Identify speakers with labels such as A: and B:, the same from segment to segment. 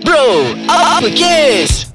A: Bro, apa kes?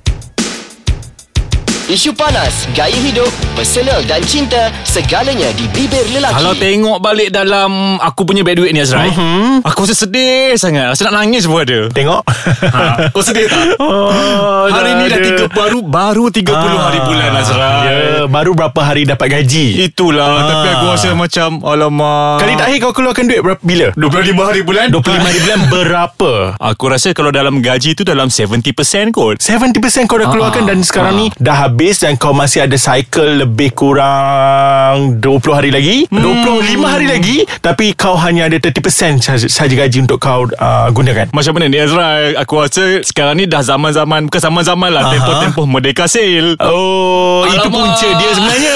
A: Isu panas, gaya hidup, personal dan cinta, segalanya di bibir lelaki.
B: Kalau tengok balik dalam aku punya bad duit ni Azrai, uh-huh. aku rasa sedih sangat. Rasa nak nangis pun ada.
C: Tengok
B: Ha, kau sedih tak?
C: oh,
B: hari ni dah
C: ada.
B: tiga, baru baru 30
C: Ah,
B: hari bulan lah, Azrai.
C: Ya Baru berapa hari dapat gaji
B: Itulah
C: Ah.
B: Tapi aku rasa macam Alamak
C: Kali terakhir kau keluarkan duit berapa, bila?
B: 25 hari bulan
C: 25 hari bulan berapa?
B: Aku rasa kalau dalam gaji tu Dalam 70% kot
C: 70% kau dah keluarkan Dan sekarang ni Dah habis Dan kau masih ada cycle Lebih kurang 20 hari lagi 25 hari lagi Tapi kau hanya ada 30% sahaja, sahaja gaji Untuk kau uh, gunakan
B: Macam mana ni Azra Aku rasa sekarang ni dah zaman-zaman Bukan zaman-zaman lah Tempoh-tempoh merdeka sale
C: Oh Alamak. Itu
B: Alamak.
C: punca dia sebenarnya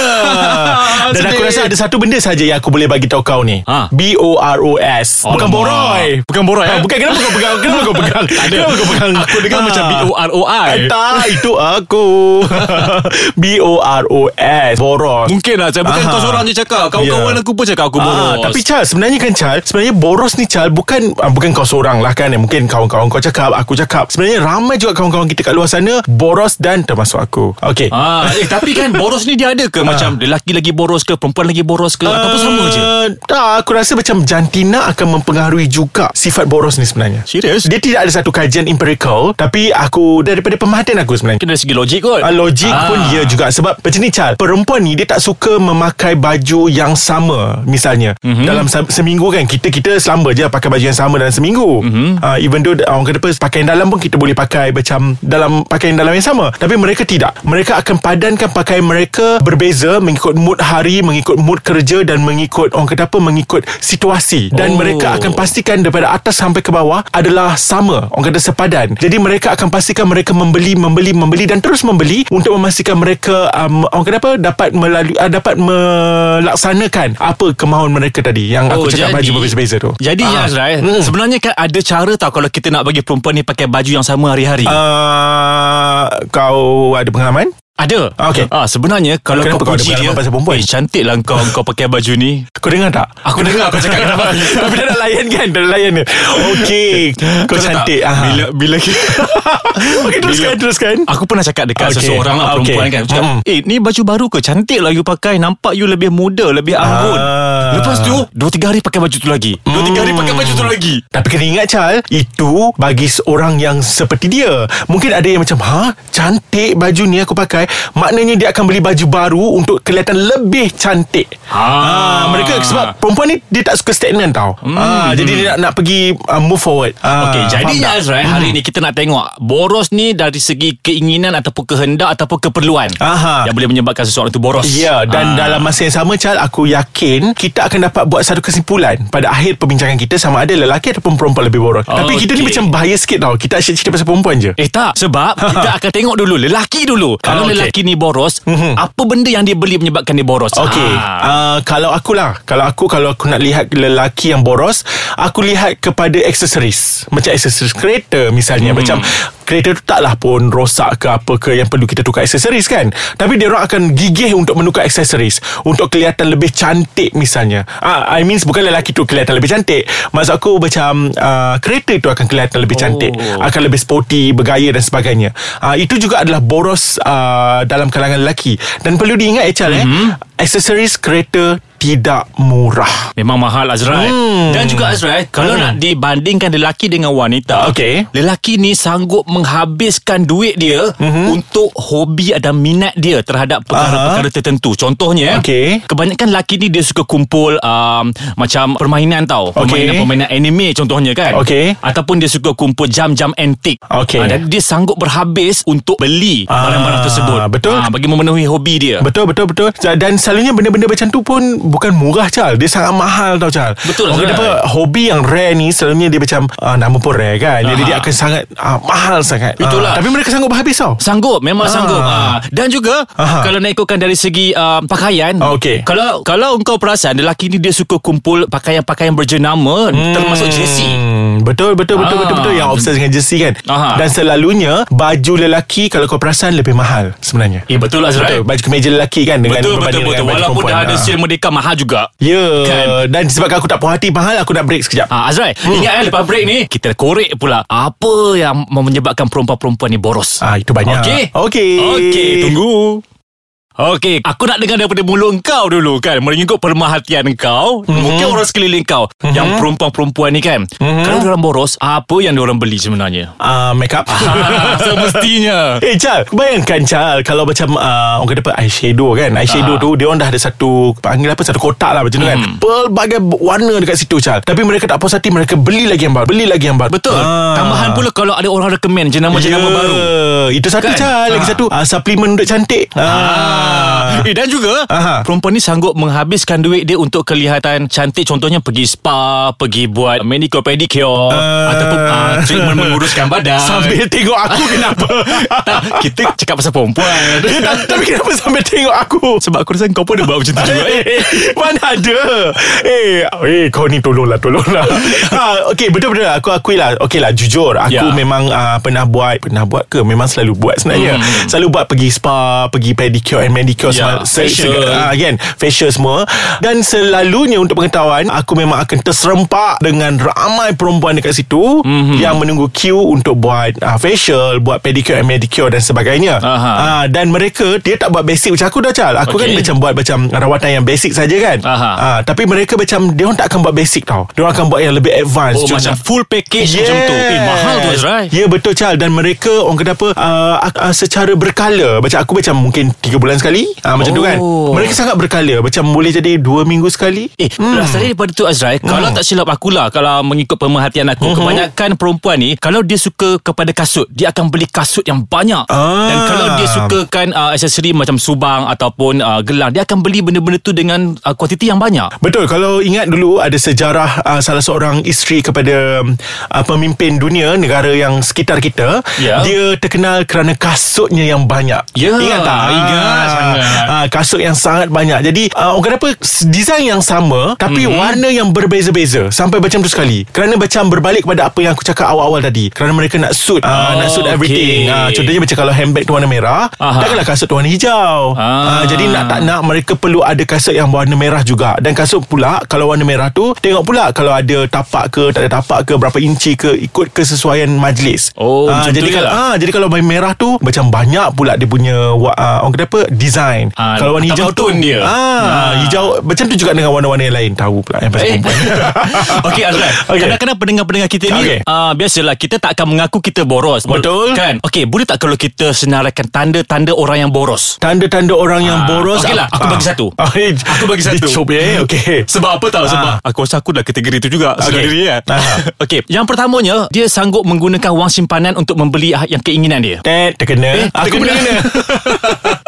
C: Dan aku
B: Sedih.
C: rasa ada satu benda saja Yang aku boleh bagi tahu kau ni
B: Ha.
C: B-O-R-O-S Bukan
B: Alamak.
C: boroi
B: Bukan boroi
C: Ah,
B: eh?
C: Bukan Ah. kenapa kau pegang Kenapa kau pegang Kenapa kau pegang Ha. Eh,
B: Aku dengar macam B-O-R-O-I.
C: Tak itu aku B-O-R-O-S Boros
B: Mungkin lah Azrai Bukan
C: Aha.
B: kau seorang je cakap Kawan-kawan
C: Ya.
B: aku pun cakap Aku boros
C: Ah, tapi Chal Sebenarnya kan Chal Sebenarnya boros ni Chal Bukan ah, bukan kau seorang lah kan Mungkin kawan-kawan kau cakap Aku cakap Sebenarnya ramai juga kawan-kawan kita kat luar sana Boros dan termasuk aku Okay
B: Ah, eh, tapi kan boros ni dia ada ke macam lelaki lagi boros ke perempuan lagi boros ke ataupun sama je?
C: Eh, Tak Aku rasa macam jantina Akan mempengaruhi juga Sifat boros ni sebenarnya
B: Serius?
C: Dia tidak ada satu kajian empirical Tapi aku Daripada pemahatian aku sebenarnya
B: Mungkin dari segi logik kot.
C: Ah, logik ah. pun dia juga sebab macam ni Chal perempuan ni dia tak suka memakai baju yang sama misalnya mm-hmm. dalam se- seminggu kan kita kita selamba je pakai baju yang sama dalam seminggu mm-hmm. uh, even though orang kata apa pakaian dalam pun kita boleh pakai macam dalam pakaian dalam yang sama tapi mereka tidak mereka akan padankan pakaian mereka berbeza mengikut mood hari mengikut mood kerja dan mengikut orang kata apa mengikut situasi
B: Oh.
C: dan mereka akan pastikan daripada atas sampai ke bawah adalah sama orang kata sepadan jadi mereka akan pastikan mereka membeli membeli membeli dan terus membeli untuk memastikan mereka um, orang kata apa dapat melalui uh, dapat melaksanakan apa kemahuan mereka tadi yang aku cakap baju berbeza-beza tu
B: Oh, Jadi ya Azrai
C: Hmm.
B: Sebenarnya kan ada cara tau Kalau kita nak bagi perempuan ni Pakai baju yang sama hari-hari
C: Ah.
B: uh,
C: uh, kau ada pengalaman
B: Ada
C: Okey.
B: ah, Sebenarnya Kalau
C: Kenapa
B: kau
C: kau ada
B: puji dia
C: pengalaman pasal perempuan?
B: Eh cantik lah kau Kau pakai baju ni
C: kau dengar tak
B: Aku dengar kau cakap kenapa
C: tapi dah nak layan kan Dah nak layan ni Okay Kau
B: tahu
C: cantik
B: tak,
C: aha.
B: Bila bila kita
C: Okay teruskan
B: bila-
C: Teruskan
B: Aku pernah cakap dekat okay.
C: Okay.
B: seseorang lah perempuan
C: Okay.
B: kan Aku cakap,
C: Mm.
B: Eh ni baju baru ke Cantik lah you pakai Nampak you lebih muda Lebih anggun
C: Ah.
B: Lepas tu 2-3 hari pakai baju tu lagi 2-3 hari pakai baju tu lagi
C: Hmm. Tapi kena ingat Chal Itu bagi orang yang seperti dia Mungkin ada yang macam Ha? Cantik baju ni aku pakai Maknanya dia akan beli baju baru Untuk kelihatan lebih cantik
B: Ah.
C: Ah, Mereka sebab perempuan ni Dia tak suka stagnan tau hmm. ah, Jadi dia nak, nak pergi uh, Move forward ah,
B: Okay, jadi
C: faham tak? Hmm.
B: Azrai hari ni kita nak tengok boros ni dari segi keinginan ataupun kehendak ataupun keperluan
C: Aha.
B: yang boleh menyebabkan seseorang itu boros. Ah.
C: Ya dan dalam masa yang sama Chal Aku yakin Kita akan dapat buat satu kesimpulan Pada akhir perbincangan kita Sama ada lelaki ataupun perempuan lebih boros
B: Oh,
C: Tapi kita ni
B: okey.
C: macam bahaya sikit tau Kita asyik cerita pasal perempuan je
B: Eh tak Sebab kita akan tengok dulu Lelaki dulu Kalau
C: Ah, okey.
B: lelaki ni boros
C: Mhm.
B: Apa benda yang dia beli Menyebabkan dia boros
C: Okay
B: Ah.
C: ah. uh, Kalau akulah Kalau aku Kalau aku nak lihat Lelaki yang boros Aku lihat kepada Aksesoris Macam aksesoris kereta Misalnya hmm. Macam Kereta tu taklah pun Rosak ke apa ke Yang perlu kita tukar aksesoris kan Tapi dia orang akan gigih Untuk menukar aksesoris Untuk kelihatan lebih cantik Misalnya ah, I mean Bukan lelaki tu Kelihatan lebih cantik Maksud aku macam uh, Kereta tu akan kelihatan lebih cantik
B: Oh.
C: Akan lebih sporty Bergaya dan sebagainya uh, Itu juga adalah boros uh, Dalam kalangan lelaki Dan perlu diingat Echal mm-hmm. eh
B: Mhm.
C: Aksesoris kereta Tidak murah
B: Memang mahal Azrai
C: Hmm.
B: Dan juga Azrai Kalau
C: Hmm.
B: nak dibandingkan Lelaki dengan wanita
C: Okey.
B: Lelaki ni sanggup Menghabiskan duit dia
C: Mhm.
B: Untuk hobi Dan minat dia Terhadap perkara-perkara tertentu Contohnya
C: Okey.
B: Kebanyakan lelaki ni Dia suka kumpul um, Macam permainan tau
C: Okey.
B: Permainan-permainan anime Contohnya kan
C: Okey.
B: Ataupun dia suka kumpul Jam-jam antik
C: Okey.
B: Ah, Dan dia sanggup berhabis Untuk beli
C: Ah,
B: Barang-barang tersebut
C: betul.
B: Ah, Bagi memenuhi hobi dia
C: Betul betul betul Dan selalunya benda-benda macam tu pun Bukan murah Chal Dia sangat mahal tau Chal
B: Betul,
C: Orang kata apa
B: Azrai.
C: Hobi yang rare ni Selalunya dia macam uh, Nama pun rare kan Jadi
B: Aha.
C: dia akan sangat uh, Mahal sangat Ah,
B: Itulah.
C: Tapi mereka sanggup berhabis tau
B: Sanggup Memang
C: Ah.
B: sanggup ha. Dan juga
C: Aha.
B: Kalau nak ikutkan dari segi uh, Pakaian
C: Okey.
B: Kalau kalau engkau perasan Lelaki ni dia suka kumpul Pakaian-pakaian berjenama hmm. Termasuk jersey
C: Hmm, betul betul
B: Ah.
C: betul betul betul yang obses dengan jersey kan.
B: Aha.
C: Dan selalunya baju lelaki kalau kau perasan lebih mahal sebenarnya.
B: Eh betul lah Azrai
C: Betul, baju kemeja lelaki kan dengan
B: Betul, betul,
C: berbanding
B: betul, kita
C: yang baju
B: Walaupun
C: perempuan,
B: dah ada
C: ah.
B: sale Merdeka mahal juga
C: Ya yeah.
B: Kan?
C: kan? Dan sebabkan aku tak puas hati Mahal aku nak break sekejap
B: Ah, Azrai hmm. Ingat kan lepas break ni Kita korek pula Apa yang menyebabkan perempuan-perempuan ni boros
C: Ah Itu banyak
B: Okey
C: Okey
B: Okey tunggu Okey, aku nak dengar daripada mulut kau dulu kan Merenggut permahatian kau
C: Mhm.
B: mm-hmm. Mungkin orang sekeliling kau mm-hmm. Yang perempuan-perempuan ni kan mm-hmm. Kalau diorang boros Apa yang diorang beli sebenarnya?
C: Ah, Make up
B: ah, semestinya
C: Eh Chal Bayangkan Chal Kalau macam uh, Orang kata apa Eyeshadow kan
B: Ah.
C: Eyeshadow
B: Hmm.
C: tu Dia orang dah ada satu Panggil apa Satu kotak lah macam tu kan Pelbagai warna dekat situ Chal Tapi mereka tak puas hati Mereka beli lagi yang baru Beli lagi yang baru
B: Betul
C: Ah.
B: Tambahan pula kalau ada orang recommend Jenama-jenama
C: Ya,
B: baru
C: Itu satu
B: Kan?
C: kan? Chal Lagi
B: Ah.
C: satu uh, Suplemen untuk cantik
B: Ah. Eh, dan juga Aha.
C: Aha.
B: perempuan ni sanggup menghabiskan duit dia untuk kelihatan cantik contohnya pergi spa, pergi buat manicure pedicure uh. ataupun uh, treatment menguruskan badan.
C: Ah. Sambil tengok aku kenapa
B: tak, kita cakap pasal perempuan.
C: Eh, tapi- Tapi kenapa sambil tengok aku
B: Sebab aku rasa kau pun dah buat macam tu juga.
C: Eh, eh, Mana ada Eh Eh kau ni tolonglah Tolonglah ha, Okay betul-betul lah, Aku akui lah Okay lah jujur Aku
B: Ya.
C: yeah. memang uh, Pernah buat Pernah buat ke Memang selalu buat sebenarnya
B: Hmm.
C: hmm. Selalu buat pergi spa Pergi pedicure and manicure
B: Ya,
C: yeah.
B: facial.
C: uh, Again Facial semua Dan selalunya Untuk pengetahuan Aku memang akan terserempak Dengan ramai perempuan dekat situ
B: Mhm.
C: Yang menunggu queue Untuk buat uh, facial Buat pedicure and manicure Dan sebagainya
B: Aha.
C: Ah, Dan mereka Dia tak buat basic Macam aku dah Chal Aku
B: Okey.
C: okay. kan macam buat macam rawatan yang basic saja kan.
B: Aha.
C: Ah, tapi mereka macam dia orang tak akan buat basic tau. Dia orang akan buat yang lebih advance.
B: Oh, macam full package
C: Yes.
B: macam tu. Eh, mahal tu Azrai.
C: Ya yeah, betul Chal Dan mereka Orang kata apa uh, uh, Secara berkala Macam aku macam Mungkin 3 bulan sekali uh, Macam tu kan
B: Oh.
C: Mereka sangat berkala Macam boleh jadi 2 minggu sekali
B: Eh, hmm. rasanya daripada tu Azrai, hmm. kalau tak silap akulah kalau mengikut pemerhatian aku, hmm. kebanyakan perempuan ni kalau dia suka kepada kasut, dia akan beli kasut yang banyak.
C: Ah.
B: Dan kalau dia sukakan uh, aksesori macam subang ataupun uh, gelang, dia akan beli benda-benda tu dengan uh, kuantiti yang banyak.
C: Betul kalau ingat dulu ada sejarah uh, salah seorang isteri kepada um, uh, pemimpin dunia negara yang sekitar kita
B: Ya.
C: dia terkenal kerana kasutnya yang banyak.
B: Ya,
C: ingat tak?
B: ingat
C: Ah,
B: sangat.
C: ah, kasut yang sangat banyak. Jadi uh, orang kata apa s- design yang sama tapi
B: Mhm.
C: mm-hmm. warna yang berbeza-beza sampai macam tu sekali. Kerana macam berbalik kepada apa yang aku cakap awal-awal tadi. Kerana mereka nak suit uh,
B: Oh,
C: nak suit everything.
B: okey.
C: Ah, contohnya macam kalau handbag tu warna merah,
B: Aha.
C: takkanlah kasut tu warna hijau.
B: Ah.
C: Ah, jadi nak tak nak mereka perlu ada kasut yang warna merah juga dan kasut pula kalau warna merah tu tengok pula kalau ada tapak ke tak ada tapak ke berapa inci ke ikut kesesuaian majlis
B: Oh,
C: Ah,
B: macam tu
C: jadi
B: je
C: kalau
B: lah.
C: ah, jadi kalau warna merah tu macam banyak pula dia punya wa- ah, orang kata apa design
B: Ah,
C: kalau warna
B: tak
C: hijau tu
B: betul dia.
C: ah,
B: Ah.
C: hijau macam tu juga dengan warna-warna yang lain tahu pula yang
B: Eh.
C: pasal perempuan
B: Okey Azrai okay.
C: Okey.
B: Kadang-kadang pendengar-pendengar kita ni okay.
C: Okey.
B: uh, Biasalah Kita tak akan mengaku kita boros
C: Betul.
B: Kan Okey boleh tak kalau kita senaraikan Tanda-tanda orang yang boros
C: tanda-tanda orang
B: Ah,
C: yang boros
B: okey lah, aku bagi satu. Aku
C: aku
B: bagi satu.
C: dia cop eh okay.
B: sebab apa tahu Oh, Sebab aku rasa aku dah kategori tu juga
C: Ah. Okey.
B: Sendiri kan
C: Ah.
B: Okey Yang pertamanya Dia sanggup menggunakan wang simpanan Untuk membeli ah, yang keinginan dia
C: Ted terkena
B: Eh,
C: eh, Aku
B: terkena.
C: pun terkena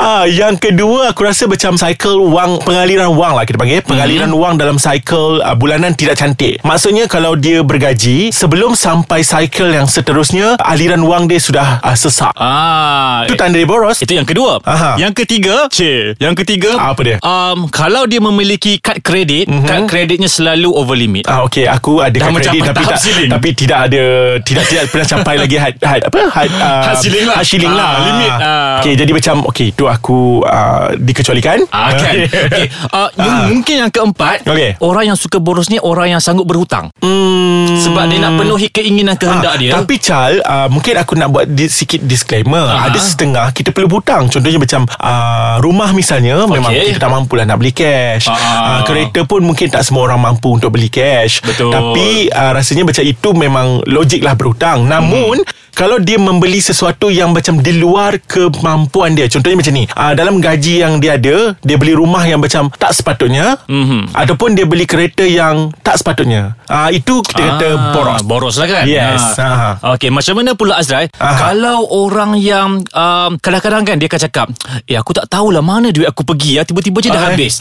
C: Ah, yang kedua aku rasa macam cycle wang pengaliran wang lah kita panggil pengaliran
B: Mhm.
C: wang dalam cycle uh, bulanan tidak cantik. Maksudnya kalau dia bergaji sebelum sampai cycle yang seterusnya aliran wang dia sudah uh, sesak.
B: Ah,
C: Itu tanda dia boros.
B: Itu yang kedua.
C: Aha. Ah,
B: Yang ketiga, Cik. Yang ketiga,
C: Apa dia? Mhm.
B: Um, kalau dia memiliki kad kredit, mm-hmm. kad kreditnya selalu over limit.
C: Ah okey aku ada
B: Dah
C: kad
B: mencapai
C: kredit tapi
B: tahap
C: tak
B: ceiling.
C: tapi tidak ada tidak tidak pernah capai lagi had, had apa had, uh,
B: Had ceiling lah.
C: had ceiling lah.
B: Ah, limit, ah.
C: Okey jadi macam okey tu aku uh, dikecualikan.
B: Ah, kan? Okay. Uh,
C: Ah.
B: Mungkin yang keempat
C: Okey.
B: Orang yang suka boros ni Orang yang sanggup berhutang
C: Hmm.
B: Sebab dia nak penuhi keinginan kehendak
C: Ah,
B: dia
C: Tapi Chal uh, Mungkin aku nak buat di, Sikit disclaimer
B: Aha.
C: Ada setengah Kita perlu hutang Contohnya macam uh, Rumah misalnya okay. Memang kita tak mampulah Nak beli cash
B: Ah.
C: uh, Kereta pun mungkin Tak semua orang mampu Untuk beli cash
B: Betul.
C: Tapi uh, rasanya macam itu Memang logik lah berhutang Namun
B: Mhm.
C: Kalau dia membeli sesuatu Yang macam di luar Kemampuan dia Contohnya macam ni uh, Dalam gaji yang dia ada Dia beli rumah yang macam Tak sepatutnya
B: Mhm. Ataupun
C: Ataupun dia beli kereta yang Tak sepatutnya uh, Itu kita kata
B: Ah,
C: boros
B: Boros lah kan
C: Yes,
B: Ah. Okay macam mana pula Azrai
C: Ah.
B: Kalau orang yang um, Kadang-kadang kan dia akan cakap Eh aku tak tahulah mana duit aku pergi ya. Tiba-tiba je dah
C: Ah, eh.
B: habis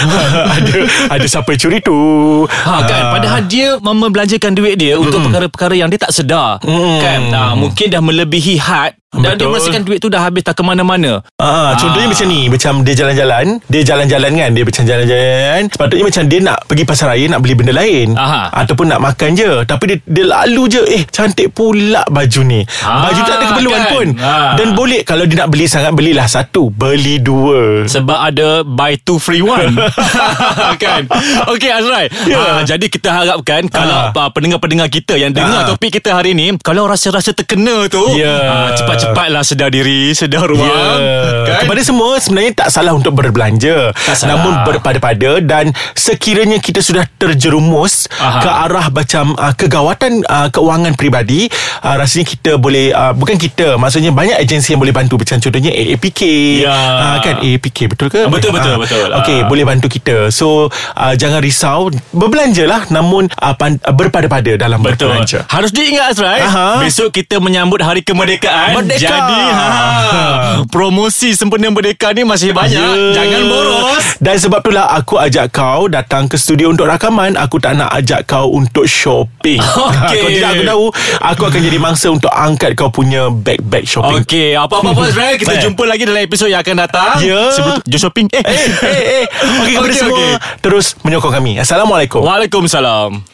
C: ada ada siapa curi tu.
B: Ha kan
C: Ah. Hmm.
B: padahal dia mem- membelanjakan duit dia untuk perkara-perkara yang dia tak sedar mm. kan ha, mungkin dah Ah, melebihi had Dan dia
C: Betul.
B: merasakan duit tu dah habis tak ke mana-mana.
C: Ah, contohnya
B: Ah.
C: macam ni Macam dia jalan-jalan Dia jalan-jalan kan Dia macam jalan-jalan Sepatutnya macam dia nak Pergi pasar raya Nak beli benda lain
B: Aha.
C: Ataupun nak makan je Tapi dia, dia lalu je Eh cantik pula baju ni
B: Ah,
C: Baju tak ada keperluan
B: kan?
C: pun
B: Ah.
C: Dan boleh Kalau dia nak beli sangat Belilah satu Beli dua
B: Sebab ada buy two free one Ya. Kan Okay Azrai yeah. Jadi kita harapkan Kalau uh, pendengar-pendengar kita Yang dengar
C: Ah.
B: topik kita hari ni Kalau rasa-rasa terkena tu
C: Yeah.
B: ah, Cepat-cepatlah sedar diri Sedar ruang
C: Ya.
B: kan?
C: Kepada semua sebenarnya tak salah untuk berbelanja.
B: Tak salah.
C: Namun berpada-pada dan sekiranya kita sudah terjerumus
B: Aha.
C: Aha. ke arah macam uh, kegawatan uh, keuangan peribadi, uh, rasanya kita boleh uh, bukan kita, maksudnya banyak agensi yang boleh bantu macam contohnya AAPK.
B: Ya.
C: Uh, kan AAPK betul ke?
B: Betul, betul,
C: Ah,
B: betul.
C: Okey,
B: Ah.
C: boleh bantu kita. So uh, jangan risau, berbelanjalah namun uh, pan- berpada-pada dalam
B: Betul.
C: berbelanja.
B: Harus diingat Azrai
C: Aha.
B: Besok kita menyambut hari kemerdekaan
C: Merdeka.
B: Jadi ha, Promosi sempena merdeka ni masih banyak
C: Ya.
B: Jangan boros
C: Dan sebab itulah aku ajak kau datang ke studio untuk rakaman. Aku tak nak ajak kau untuk shopping.
B: Okey.
C: Kalau tidak aku tahu, aku akan jadi mangsa untuk angkat kau punya bag-bag shopping.
B: Okey Apa-apa pun Azrai Kita
C: Baik.
B: jumpa lagi dalam episod yang akan datang
C: Ya.
B: Sebelum tu, jom shopping Eh
C: Eh, eh, eh. Okey, kepada
B: Okey,
C: semua,
B: okey.
C: terus menyokong kami. Assalamualaikum.
B: Waalaikumsalam